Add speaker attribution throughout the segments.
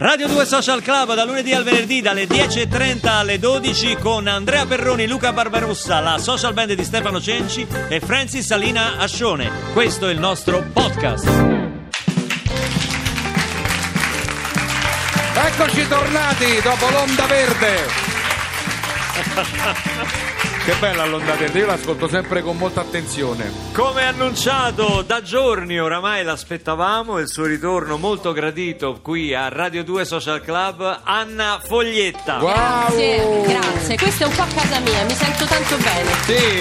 Speaker 1: Radio 2 Social Club da lunedì al venerdì dalle 10.30 alle 12 con Andrea Perroni, Luca Barbarossa, la social band di Stefano Cenci e Francis Salina Ascione. Questo è il nostro podcast.
Speaker 2: Eccoci tornati dopo l'onda verde. Che bella l'onda verde, io l'ascolto sempre con molta attenzione.
Speaker 1: Come annunciato da giorni oramai l'aspettavamo, il suo ritorno molto gradito qui a Radio 2 Social Club, Anna Foglietta.
Speaker 2: Wow.
Speaker 3: Grazie, grazie. Questo è un po' a casa mia, mi sento tanto bene.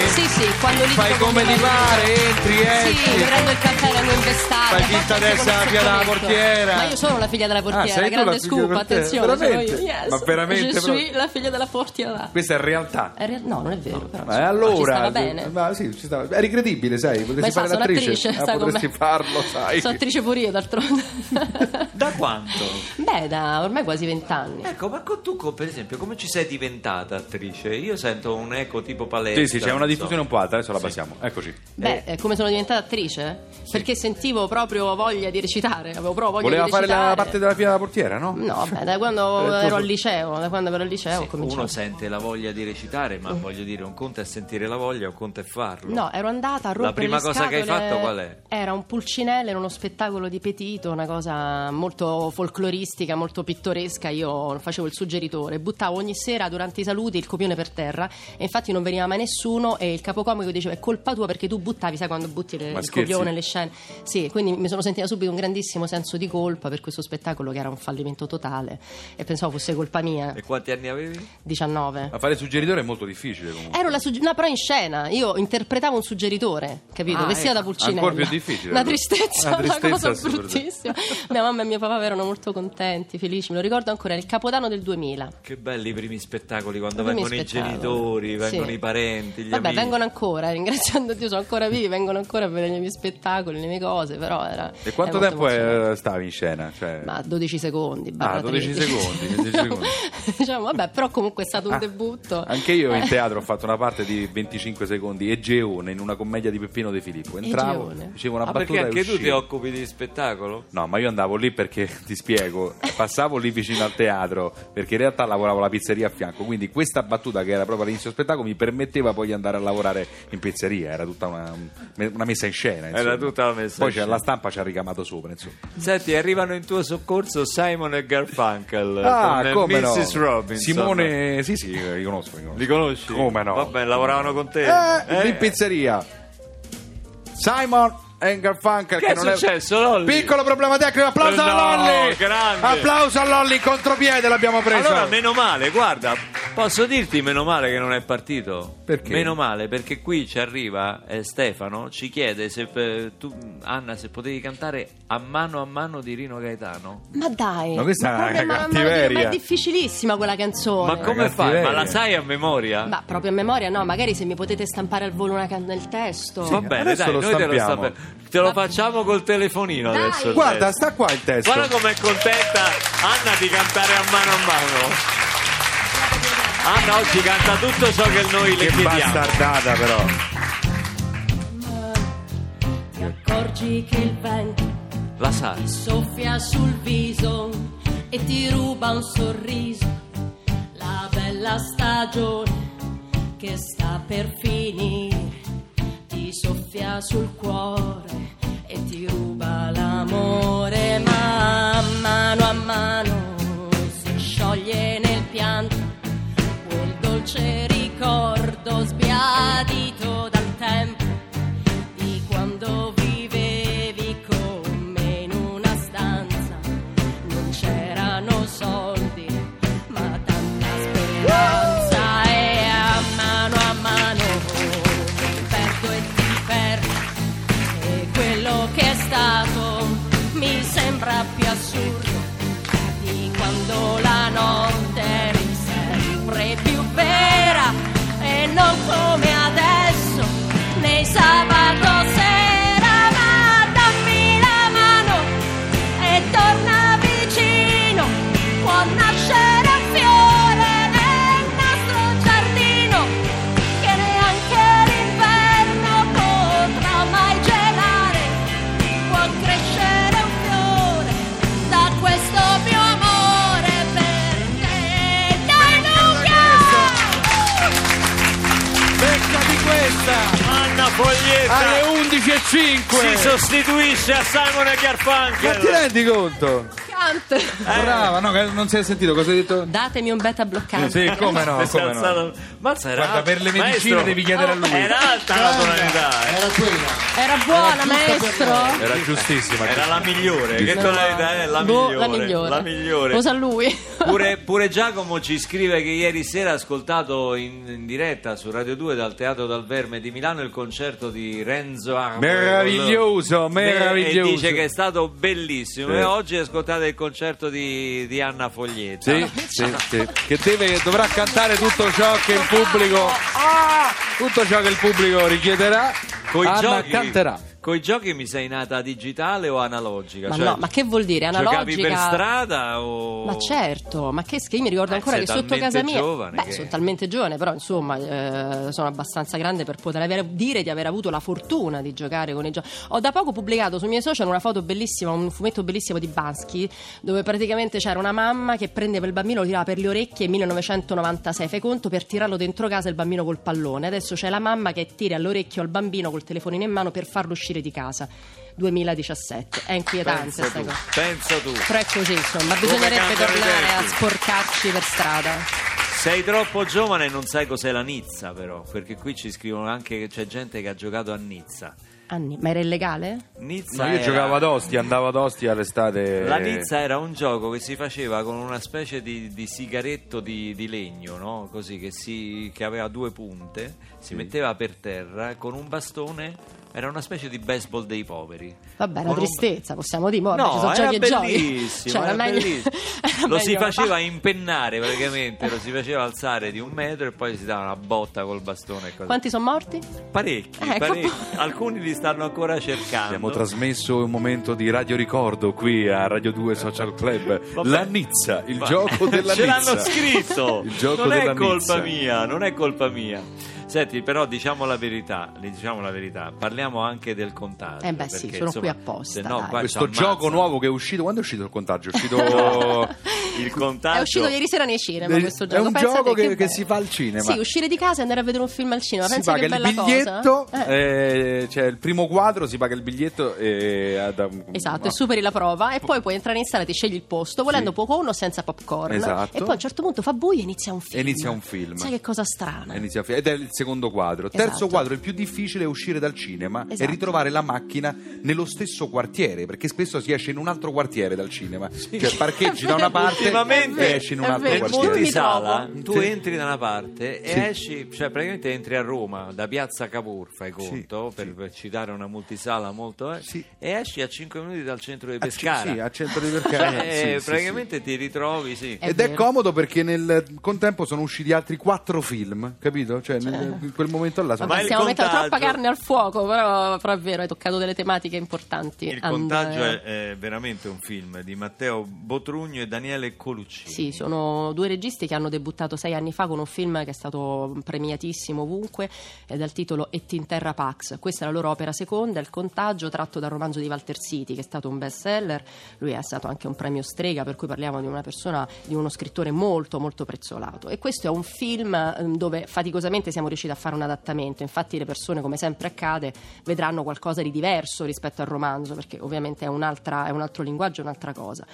Speaker 2: Sì?
Speaker 3: Sì, sì, quando li
Speaker 2: Fai
Speaker 3: trovo
Speaker 2: come
Speaker 3: con
Speaker 2: ti
Speaker 3: me-
Speaker 2: pare, entri,
Speaker 3: Sì,
Speaker 2: esci.
Speaker 3: mi prendo il caffè la mia investata.
Speaker 2: Fai finta
Speaker 3: Porta
Speaker 2: di essere la
Speaker 3: il
Speaker 2: figlia della
Speaker 3: sottometto.
Speaker 2: portiera.
Speaker 3: Ma io sono la figlia della
Speaker 2: Ah,
Speaker 3: portiera,
Speaker 2: sei tu la
Speaker 3: grande
Speaker 2: figlia
Speaker 3: scoop,
Speaker 2: della portiera.
Speaker 3: attenzione.
Speaker 2: Veramente?
Speaker 3: sono io, yes.
Speaker 2: Ma veramente,
Speaker 3: Je suis
Speaker 2: proprio?
Speaker 3: la figlia della portiera.
Speaker 2: Questa è realtà.
Speaker 3: Eh, re- No, non è vero, però.
Speaker 2: Ma
Speaker 3: insomma,
Speaker 2: allora
Speaker 3: Ci stava bene.
Speaker 2: Ma sì, ci stava. Eri credibile, sai, potresti
Speaker 3: Ma sa,
Speaker 2: fare
Speaker 3: sono
Speaker 2: l'attrice.
Speaker 3: attrice,
Speaker 2: Eh,
Speaker 3: sai
Speaker 2: potresti
Speaker 3: com'è.
Speaker 2: farlo, sai.
Speaker 3: Sono attrice pure io, d'altronde.
Speaker 1: Da quanto?
Speaker 3: Beh, da ormai quasi
Speaker 2: Eh,
Speaker 3: vent'anni.
Speaker 1: Ecco, ma co- tu co- per esempio come ci sei diventata attrice? Io sento un eco tipo palestra.
Speaker 4: Sì, sì, c'è una
Speaker 1: non so.
Speaker 4: diffusione un po' alta, adesso la passiamo. Eccoci.
Speaker 3: Beh, eh, come sono diventata attrice? Perché sentivo proprio voglia di recitare, avevo proprio voglia
Speaker 2: Voleva
Speaker 3: di
Speaker 2: fare
Speaker 3: recitare.
Speaker 2: la parte Eh, della figlia della portiera, no?
Speaker 3: No, beh, da
Speaker 2: Era il
Speaker 3: quando
Speaker 2: tuo
Speaker 3: ero al
Speaker 2: sogno.
Speaker 3: liceo, da quando ero al liceo ho
Speaker 1: Sì,
Speaker 3: cominciato.
Speaker 1: uno sente la voglia di recitare, ma voglio dire, un conto è sentire la voglia, un conto è farlo.
Speaker 3: No, ero andata a rompere
Speaker 1: prima
Speaker 3: le
Speaker 1: cosa che hai
Speaker 3: scatole.
Speaker 1: fatto qual è?
Speaker 3: Era un pulcinello, era uno spettacolo di Petito, una cosa molto folcloristica, molto pittoresca. Io facevo il suggeritore, buttavo ogni sera durante i saluti il copione per terra e infatti non veniva mai nessuno e il capocomico diceva "È colpa tua perché tu buttavi, sai quando butti le-
Speaker 4: Ma
Speaker 3: il
Speaker 4: scherzi?
Speaker 3: copione, le scene". Sì, quindi mi sono sentita subito un grandissimo senso di colpa per questo spettacolo che era un fallimento totale e pensavo fosse colpa mia.
Speaker 1: E quanti anni avevi?
Speaker 3: 19.
Speaker 4: Ma fare il suggeritore è molto difficile comunque.
Speaker 3: Ero la sugge- no, però in scena io interpretavo un suggeritore, capito?
Speaker 1: Ah,
Speaker 3: Vestita
Speaker 1: ecco.
Speaker 3: da pulcinella.
Speaker 4: Ancora più difficile,
Speaker 3: Una
Speaker 4: allora.
Speaker 3: tristezza,
Speaker 4: Una
Speaker 3: una,
Speaker 4: tristezza
Speaker 3: cosa
Speaker 4: assurda.
Speaker 3: bruttissima. Mia mamma e mio papà erano molto contenti, felici. Me lo ricordo ancora, era il capodanno del 2000.
Speaker 1: Che belli i primi spettacoli quando
Speaker 3: Primi
Speaker 1: vengono
Speaker 3: spettacoli.
Speaker 1: i genitori, vengono
Speaker 3: Sì.
Speaker 1: i parenti, gli
Speaker 3: Vabbè,
Speaker 1: amici.
Speaker 3: vengono ancora, ringraziando Dio, sono ancora vivi, vengono ancora a vedere i miei spettacoli, le mie cose, però era...
Speaker 4: E quanto
Speaker 3: era
Speaker 4: tempo
Speaker 3: molto emozionante.
Speaker 4: eh, stavi in scena? Cioè,
Speaker 3: Ma 12 secondi, barra
Speaker 4: 12
Speaker 3: 13.
Speaker 4: secondi, 12 secondi.
Speaker 3: diciamo, vabbè, però comunque è stato un
Speaker 4: Ah,
Speaker 3: debutto.
Speaker 4: Anche io in
Speaker 3: Eh.
Speaker 4: teatro ho fatto una parte di 25 secondi Egeone in una commedia di Peppino De Filippo. Entravo,
Speaker 3: Egeone.
Speaker 4: dicevo una
Speaker 1: Ah, perché
Speaker 4: battuta
Speaker 1: anche
Speaker 4: e
Speaker 1: tu ti
Speaker 4: uscivo.
Speaker 1: occupi di spettacolo?
Speaker 4: No, ma io andavo lì perché ti spiego, passavo lì vicino al teatro perché in realtà lavoravo alla pizzeria a fianco, quindi questa battuta che era proprio all'inizio del spettacolo mi permetteva poi di andare a lavorare in pizzeria, era tutta una, una messa in scena.
Speaker 1: Era
Speaker 4: insomma.
Speaker 1: tutta la messa
Speaker 4: Poi
Speaker 1: in
Speaker 4: c'è-
Speaker 1: scena.
Speaker 4: la stampa ci ha ricamato sopra, insomma.
Speaker 1: Senti, arrivano in tuo soccorso Simon e Garfunkel. con
Speaker 4: Ah, no.
Speaker 1: Mrs. Certo, eh, Robinson.
Speaker 4: Simone, sì sì, li conosco. Li, conosco.
Speaker 1: Li conosci?
Speaker 4: Come no?
Speaker 1: Vabbè, lavoravano con te.
Speaker 4: Eh,
Speaker 1: Eh.
Speaker 4: in pizzeria. Simon and Garfunkel
Speaker 1: Che è
Speaker 4: eh, non
Speaker 1: successo, Lolli?
Speaker 4: Piccolo problema tecnico, applauso
Speaker 1: No,
Speaker 4: a Lolli!
Speaker 1: grande.
Speaker 4: Applauso a Lolli, in contropiede l'abbiamo preso.
Speaker 1: Allora, meno male, guarda, posso dirti meno male che non è partito.
Speaker 4: Perché?
Speaker 1: Meno male, perché qui ci arriva eh, Stefano, ci chiede se eh, tu, Anna, se potevi cantare a mano a mano di Rino Gaetano.
Speaker 3: Ma dai,
Speaker 4: Ma questa è
Speaker 3: proprio
Speaker 4: una
Speaker 3: ma- ma-
Speaker 4: cattiveria.
Speaker 3: Ma è difficilissima quella canzone.
Speaker 1: Ma come
Speaker 4: ragazzi,
Speaker 1: fai?
Speaker 4: lei-
Speaker 1: Ma la sai a memoria?
Speaker 3: Ma proprio a memoria no, magari se mi potete stampare al volo una can- nel testo.
Speaker 1: Va bene,
Speaker 4: adesso
Speaker 1: dai,
Speaker 4: lo
Speaker 1: noi te lo,
Speaker 4: stampiamo.
Speaker 1: stamp- te lo facciamo col telefonino
Speaker 3: Dai.
Speaker 1: adesso. il
Speaker 4: Guarda,
Speaker 1: testo.
Speaker 4: sta qua il testo.
Speaker 1: Guarda com'è contenta Anna di cantare a mano a mano. Anna oggi canta tutto ciò che noi le
Speaker 4: che
Speaker 1: chiediamo.
Speaker 4: bastardata però.
Speaker 3: Ti accorgi che il vento
Speaker 1: La sai?
Speaker 3: soffia sul viso e ti ruba un sorriso. La bella stagione che sta per finire ti soffia sul cuore e ti ruba l'amore, ma a mano a mano si scioglie nel pianto. quel dolce ricordo sbiadito dal tempo di quando vivevi con me in una stanza. Non c'erano soldi, ma tanta speranza e a mano a mano mi perdo e ti perdo. E quello che è stato mi sembra più assurdo di quando la notte eri sempre più vera e non come adesso nei sabato sera ma dammi la mano e torna vicino quando
Speaker 1: foglietta
Speaker 2: alle 11.05
Speaker 1: si sostituisce a Simon e
Speaker 2: ma ti
Speaker 1: Garfunkel.
Speaker 2: rendi conto?
Speaker 3: Cant.
Speaker 1: Eh.
Speaker 4: Brava, no, che non si è sentito cosa hai detto?
Speaker 3: Datemi un beta
Speaker 1: Eh.
Speaker 3: bloccante.
Speaker 4: Sì, come no, come no.
Speaker 1: Alzato- Mazza, era
Speaker 4: Guarda, per le medicine
Speaker 1: maestro,
Speaker 4: devi chiedere a lui.
Speaker 1: Era alta la tonalità, eh.
Speaker 5: Era quella.
Speaker 3: Era buona, maestro.
Speaker 4: Era giustissima.
Speaker 1: era la migliore. Che
Speaker 4: No.
Speaker 1: tonalità è? La
Speaker 3: Boh,
Speaker 1: migliore. La migliore.
Speaker 3: Cosa lui?
Speaker 1: Pure, pure Giacomo ci scrive che ieri sera ha ascoltato in, in diretta su Radio 2 dal Teatro dal Verme di Milano il concerto di Renzo Armo.
Speaker 2: Meraviglioso,
Speaker 1: E
Speaker 2: meraviglioso.
Speaker 1: dice che è stato bellissimo.
Speaker 4: Sì.
Speaker 1: E oggi ascoltate il concerto di, di Anna Foglietta.
Speaker 2: Sì, sì, sì. Che deve- dovrà cantare tutto ciò che il pubblico Ah! tutto ciò che il pubblico richiederà
Speaker 1: Coi
Speaker 2: Anna
Speaker 1: giochi,
Speaker 2: canterà
Speaker 1: coi giochi mi sei nata digitale o analogica?
Speaker 3: Ma
Speaker 1: Cioè,
Speaker 3: no, ma che vuol dire?
Speaker 1: Giocavi per
Speaker 3: Analogica?
Speaker 1: strada o...
Speaker 3: Ma certo, ma che schifo, io mi ricordo
Speaker 1: Eh,
Speaker 3: ancora
Speaker 1: sei
Speaker 3: che sotto
Speaker 1: talmente
Speaker 3: casa mia...
Speaker 1: giovane
Speaker 3: beh,
Speaker 1: che-
Speaker 3: sono talmente giovane, però insomma eh, sono abbastanza grande per poter avere- dire di aver avuto la fortuna di giocare con i giochi. Ho da poco pubblicato sui miei social una foto bellissima, un fumetto bellissimo di Bansky, dove praticamente c'era una mamma che prendeva il bambino, lo tirava per le orecchie 1996, fai conto, per tirarlo dentro casa il bambino col pallone. Adesso c'è la mamma che tira all'orecchio al bambino col telefonino in mano per farlo uscire di casa. 2017, è inquietante
Speaker 1: Pensa
Speaker 3: questa
Speaker 1: tu,
Speaker 3: cosa.
Speaker 1: pensa tu.
Speaker 3: Però è così, insomma,
Speaker 1: Come
Speaker 3: bisognerebbe
Speaker 1: cantano i
Speaker 3: tornare a
Speaker 1: tempi.
Speaker 3: sporcarci per strada.
Speaker 1: Sei troppo giovane e non sai cos'è la Nizza, però, perché qui ci scrivono anche che c'è gente che ha giocato a Nizza.
Speaker 3: Anni, ma era illegale?
Speaker 1: Nizza
Speaker 2: No, io
Speaker 1: era-
Speaker 2: giocavo ad Ostia andavo ad Ostia all'estate
Speaker 1: La
Speaker 4: Eh.
Speaker 1: Nizza era un gioco che si faceva con una specie di, di sigaretto di, di legno, no? Così che, si- che aveva due punte, si metteva per terra con un bastone. Era una specie di baseball dei poveri.
Speaker 3: Vabbè,
Speaker 1: Con
Speaker 3: la
Speaker 1: un-
Speaker 3: tristezza, possiamo dire, mo, vabbè,
Speaker 1: No,
Speaker 3: ci sono
Speaker 1: era
Speaker 3: giochi e giochi.
Speaker 1: bellissimo,
Speaker 3: Cioè,
Speaker 1: era
Speaker 3: meglio-
Speaker 1: bellissimo.
Speaker 3: era
Speaker 1: Lo si
Speaker 3: meglio-
Speaker 1: faceva impennare praticamente, lo si faceva alzare di un metro e poi si dava una botta col bastone e così.
Speaker 3: Quanti sono morti?
Speaker 1: Parecchi,
Speaker 3: Ecco.
Speaker 1: parecchi. Alcuni li stanno ancora cercando.
Speaker 4: Abbiamo trasmesso un momento di radio ricordo qui a Radio 2 Social Club.
Speaker 1: Vabbè.
Speaker 4: La Nizza, il
Speaker 1: Ma-
Speaker 4: gioco della
Speaker 1: Ce
Speaker 4: Nizza.
Speaker 1: l'hanno scritto.
Speaker 4: Il gioco
Speaker 1: non
Speaker 4: della
Speaker 1: è colpa
Speaker 4: Nizza.
Speaker 1: mia, non è colpa mia. Senti, però diciamo la verità, le diciamo la verità. Parliamo anche del contagio.
Speaker 3: Eh beh, sì,
Speaker 1: perché,
Speaker 3: sono
Speaker 1: insomma,
Speaker 3: qui apposta,
Speaker 1: se no
Speaker 3: dai.
Speaker 1: qua ci
Speaker 4: Questo
Speaker 1: ammazza.
Speaker 4: gioco nuovo che è uscito, quando è uscito il contagio? È uscito...
Speaker 1: Oh, il
Speaker 3: È
Speaker 1: contagio
Speaker 3: uscito ieri sera nei cinema
Speaker 4: È-
Speaker 3: questo
Speaker 4: è
Speaker 3: gioco.
Speaker 4: un
Speaker 3: Pensate
Speaker 4: gioco che- che
Speaker 3: bello.
Speaker 4: si fa al cinema.
Speaker 3: Sì, uscire di casa e andare a vedere un film al cinema.
Speaker 4: si
Speaker 3: Pensa
Speaker 4: paga
Speaker 3: che
Speaker 4: il
Speaker 3: bella
Speaker 4: biglietto,
Speaker 3: cosa. Eh.
Speaker 4: eh, cioè il primo quadro si paga il biglietto e... ad-
Speaker 3: Esatto,
Speaker 4: ma-
Speaker 3: e superi la prova e poi puoi entrare in sala, ti scegli il posto, volendo
Speaker 4: Sì.
Speaker 3: poco o senza popcorn.
Speaker 4: Esatto.
Speaker 3: E poi a un certo punto fa buio e inizia un film.
Speaker 4: Inizia un film.
Speaker 3: Sai che cosa strana?
Speaker 4: Inizia a fi- ed è il secondo quadro.
Speaker 3: Esatto.
Speaker 4: Terzo quadro, il più difficile è uscire dal cinema e
Speaker 3: Esatto.
Speaker 4: ritrovare la macchina nello stesso quartiere, perché spesso si esce in un altro quartiere dal cinema. Cioè parcheggi da una parte
Speaker 1: Ultimamente
Speaker 4: e esci in un
Speaker 3: è
Speaker 4: altro
Speaker 3: vero.
Speaker 1: Nel
Speaker 3: Io mi
Speaker 4: quartiere.
Speaker 1: multisala
Speaker 4: trovo.
Speaker 1: tu
Speaker 4: Sì.
Speaker 1: entri da una parte e esci, cioè praticamente entri a Roma da piazza Cavour, fai conto, per, per citare una multisala molto, eh,
Speaker 4: Sì.
Speaker 1: e esci a 5 minuti dal centro di
Speaker 4: A-
Speaker 1: Pescara.
Speaker 4: Sì, a centro di
Speaker 1: Cioè,
Speaker 4: Pescara. sì,
Speaker 1: eh,
Speaker 4: sì,
Speaker 1: praticamente ti ritrovi, sì.
Speaker 4: sì. Ed
Speaker 3: È
Speaker 4: è
Speaker 3: vero.
Speaker 4: comodo perché nel contempo sono usciti altri quattro film, capito? Cioè, nel- in quel momento là sono
Speaker 1: Ma
Speaker 3: Certo. Vabbè,
Speaker 1: il
Speaker 3: stiamo mettendo
Speaker 1: contagio-
Speaker 3: troppa carne al fuoco, però, però è vero, hai toccato delle tematiche importanti.
Speaker 1: Il
Speaker 3: Andrea.
Speaker 1: contagio è,
Speaker 3: eh.
Speaker 1: è veramente un film di Matteo Botrugno e Daniele Colucci.
Speaker 3: Sì, sono due registi che hanno debuttato sei anni fa con un film che è stato premiatissimo ovunque, eh, dal titolo Et in terra pax. Questa è la loro opera seconda, Il contagio, tratto dal romanzo di Walter Siti, che è stato un best seller. Lui è stato anche un premio strega, per cui parliamo di una persona, di uno scrittore molto, molto prezzolato. E questo è un film ehm, dove faticosamente siamo riusciti a fare un adattamento. Infatti, le persone, come sempre accade, vedranno qualcosa di diverso rispetto al romanzo, perché ovviamente è, un'altra- è un altro linguaggio, è un'altra cosa.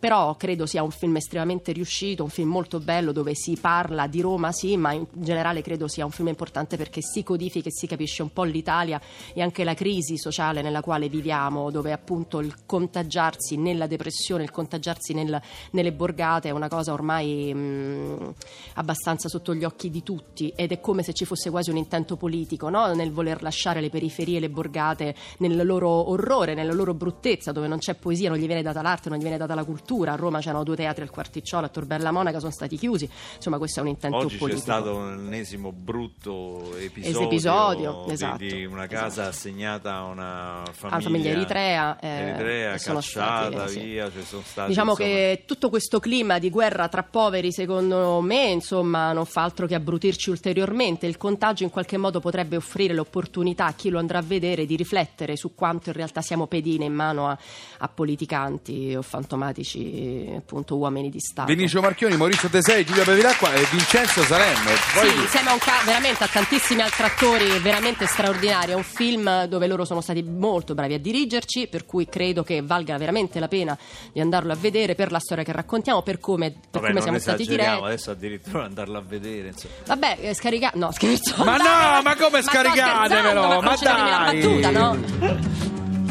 Speaker 3: Però credo sia un film estremamente riuscito, un film molto bello dove si parla di Roma, sì, ma in generale credo sia un film importante perché si codifica e si capisce un po' l'Italia e anche la crisi sociale nella quale viviamo, dove appunto il contagiarsi nella depressione, il contagiarsi nel- nelle borgate è una cosa ormai mh, abbastanza sotto gli occhi di tutti ed è come se ci fosse quasi un intento politico no? nel voler lasciare le periferie e le borgate nel loro orrore, nella loro bruttezza, dove non c'è poesia, non gli viene data l'arte, non gli viene data la cultura. A Roma c'erano due teatri al Quarticciolo, a Torbella Monaca sono stati chiusi. Insomma, questo è un intento
Speaker 1: Oggi c'è
Speaker 3: politico.
Speaker 1: stato l'ennesimo brutto episodio,
Speaker 3: episodio,
Speaker 1: di,
Speaker 3: esatto,
Speaker 1: di una casa assegnata a una famiglia,
Speaker 3: alla famiglia eritrea, eh,
Speaker 1: eritrea
Speaker 3: e sono
Speaker 1: cacciata
Speaker 3: stati, eh, sì.
Speaker 1: via. ci sono stati,
Speaker 3: diciamo
Speaker 1: insomma,
Speaker 3: che tutto questo clima di guerra tra poveri, secondo me, insomma, non fa altro che abbrutirci ulteriormente. Il contagio in qualche modo potrebbe offrire l'opportunità a chi lo andrà a vedere di riflettere su quanto in realtà siamo pedine in mano a, a politicanti o fantomatici, eh, appunto, uomini di Stato.
Speaker 2: Vinicio Marchioni, Maurizio Tesei, Giulia Bevilacqua e Vincenzo Salerno. Poi-
Speaker 3: Sì, insieme a un ca- veramente a tantissimi altri attori veramente straordinari. È un film dove loro sono stati molto bravi a dirigerci, per cui credo che valga veramente la pena di andarlo a vedere per la storia che raccontiamo, per come, per
Speaker 1: Vabbè,
Speaker 3: come
Speaker 1: non
Speaker 3: siamo stati
Speaker 1: esageriamo,
Speaker 3: diretti.
Speaker 1: adesso addirittura andarlo a vedere. insomma.
Speaker 3: Vabbè, eh, scarica... No, scherzo.
Speaker 2: Ma no, ma come
Speaker 3: sto
Speaker 2: scaricatevelo?
Speaker 3: scherzando, Ma,
Speaker 2: Ma
Speaker 3: non ci deve
Speaker 2: dai!
Speaker 3: venire la battuta, no?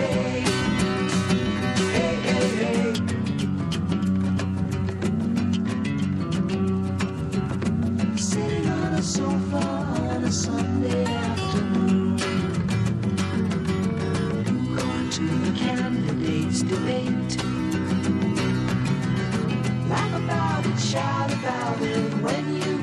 Speaker 5: hey. Hey, hey, hey. Sitting on a sofa on a Sunday afternoon. Going to the candidates' debate. Laugh about it, shout about it when you